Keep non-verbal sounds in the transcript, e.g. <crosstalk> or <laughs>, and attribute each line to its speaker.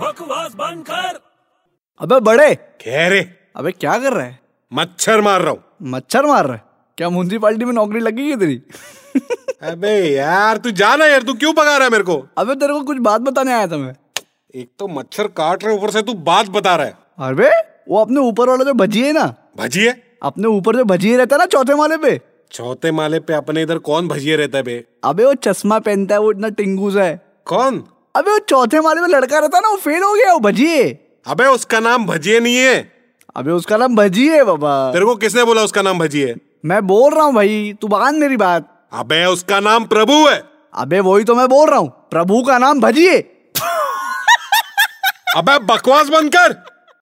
Speaker 1: बकवास बंद कर
Speaker 2: अबे बड़े
Speaker 3: कह रे
Speaker 2: अबे क्या कर रहा है
Speaker 3: मच्छर मार रहा हूँ
Speaker 2: मच्छर मार रहा है क्या म्यूनसिपाली में नौकरी लगी है तेरी <laughs>
Speaker 3: अबे यार तू जाना यार तू क्यों पका रहा है मेरे को
Speaker 2: अबे तेरे को कुछ बात बताने आया था मैं
Speaker 3: एक तो मच्छर काट रहे ऊपर से तू बात बता रहा है
Speaker 2: अरे वो अपने ऊपर वाला जो भजिए है ना
Speaker 3: भजिए
Speaker 2: अपने ऊपर जो भजिए रहता है ना चौथे माले पे
Speaker 3: चौथे माले पे अपने इधर कौन भजिए रहता है बे
Speaker 2: अबे वो चश्मा पहनता है वो इतना टिंगूस है
Speaker 3: कौन
Speaker 2: अबे वो चौथे माले में लड़का रहता है ना वो फेल हो गया है, वो भजिए
Speaker 3: अबे उसका नाम भजिए नहीं है
Speaker 2: अबे उसका नाम भजिए है बाबा
Speaker 3: तेरे को किसने बोला उसका नाम भजिए
Speaker 2: मैं बोल रहा हूँ भाई तू मान मेरी बात
Speaker 3: अबे उसका नाम प्रभु है
Speaker 2: अबे वही तो मैं बोल रहा हूँ प्रभु का नाम भजिए
Speaker 3: अबे बकवास बंद कर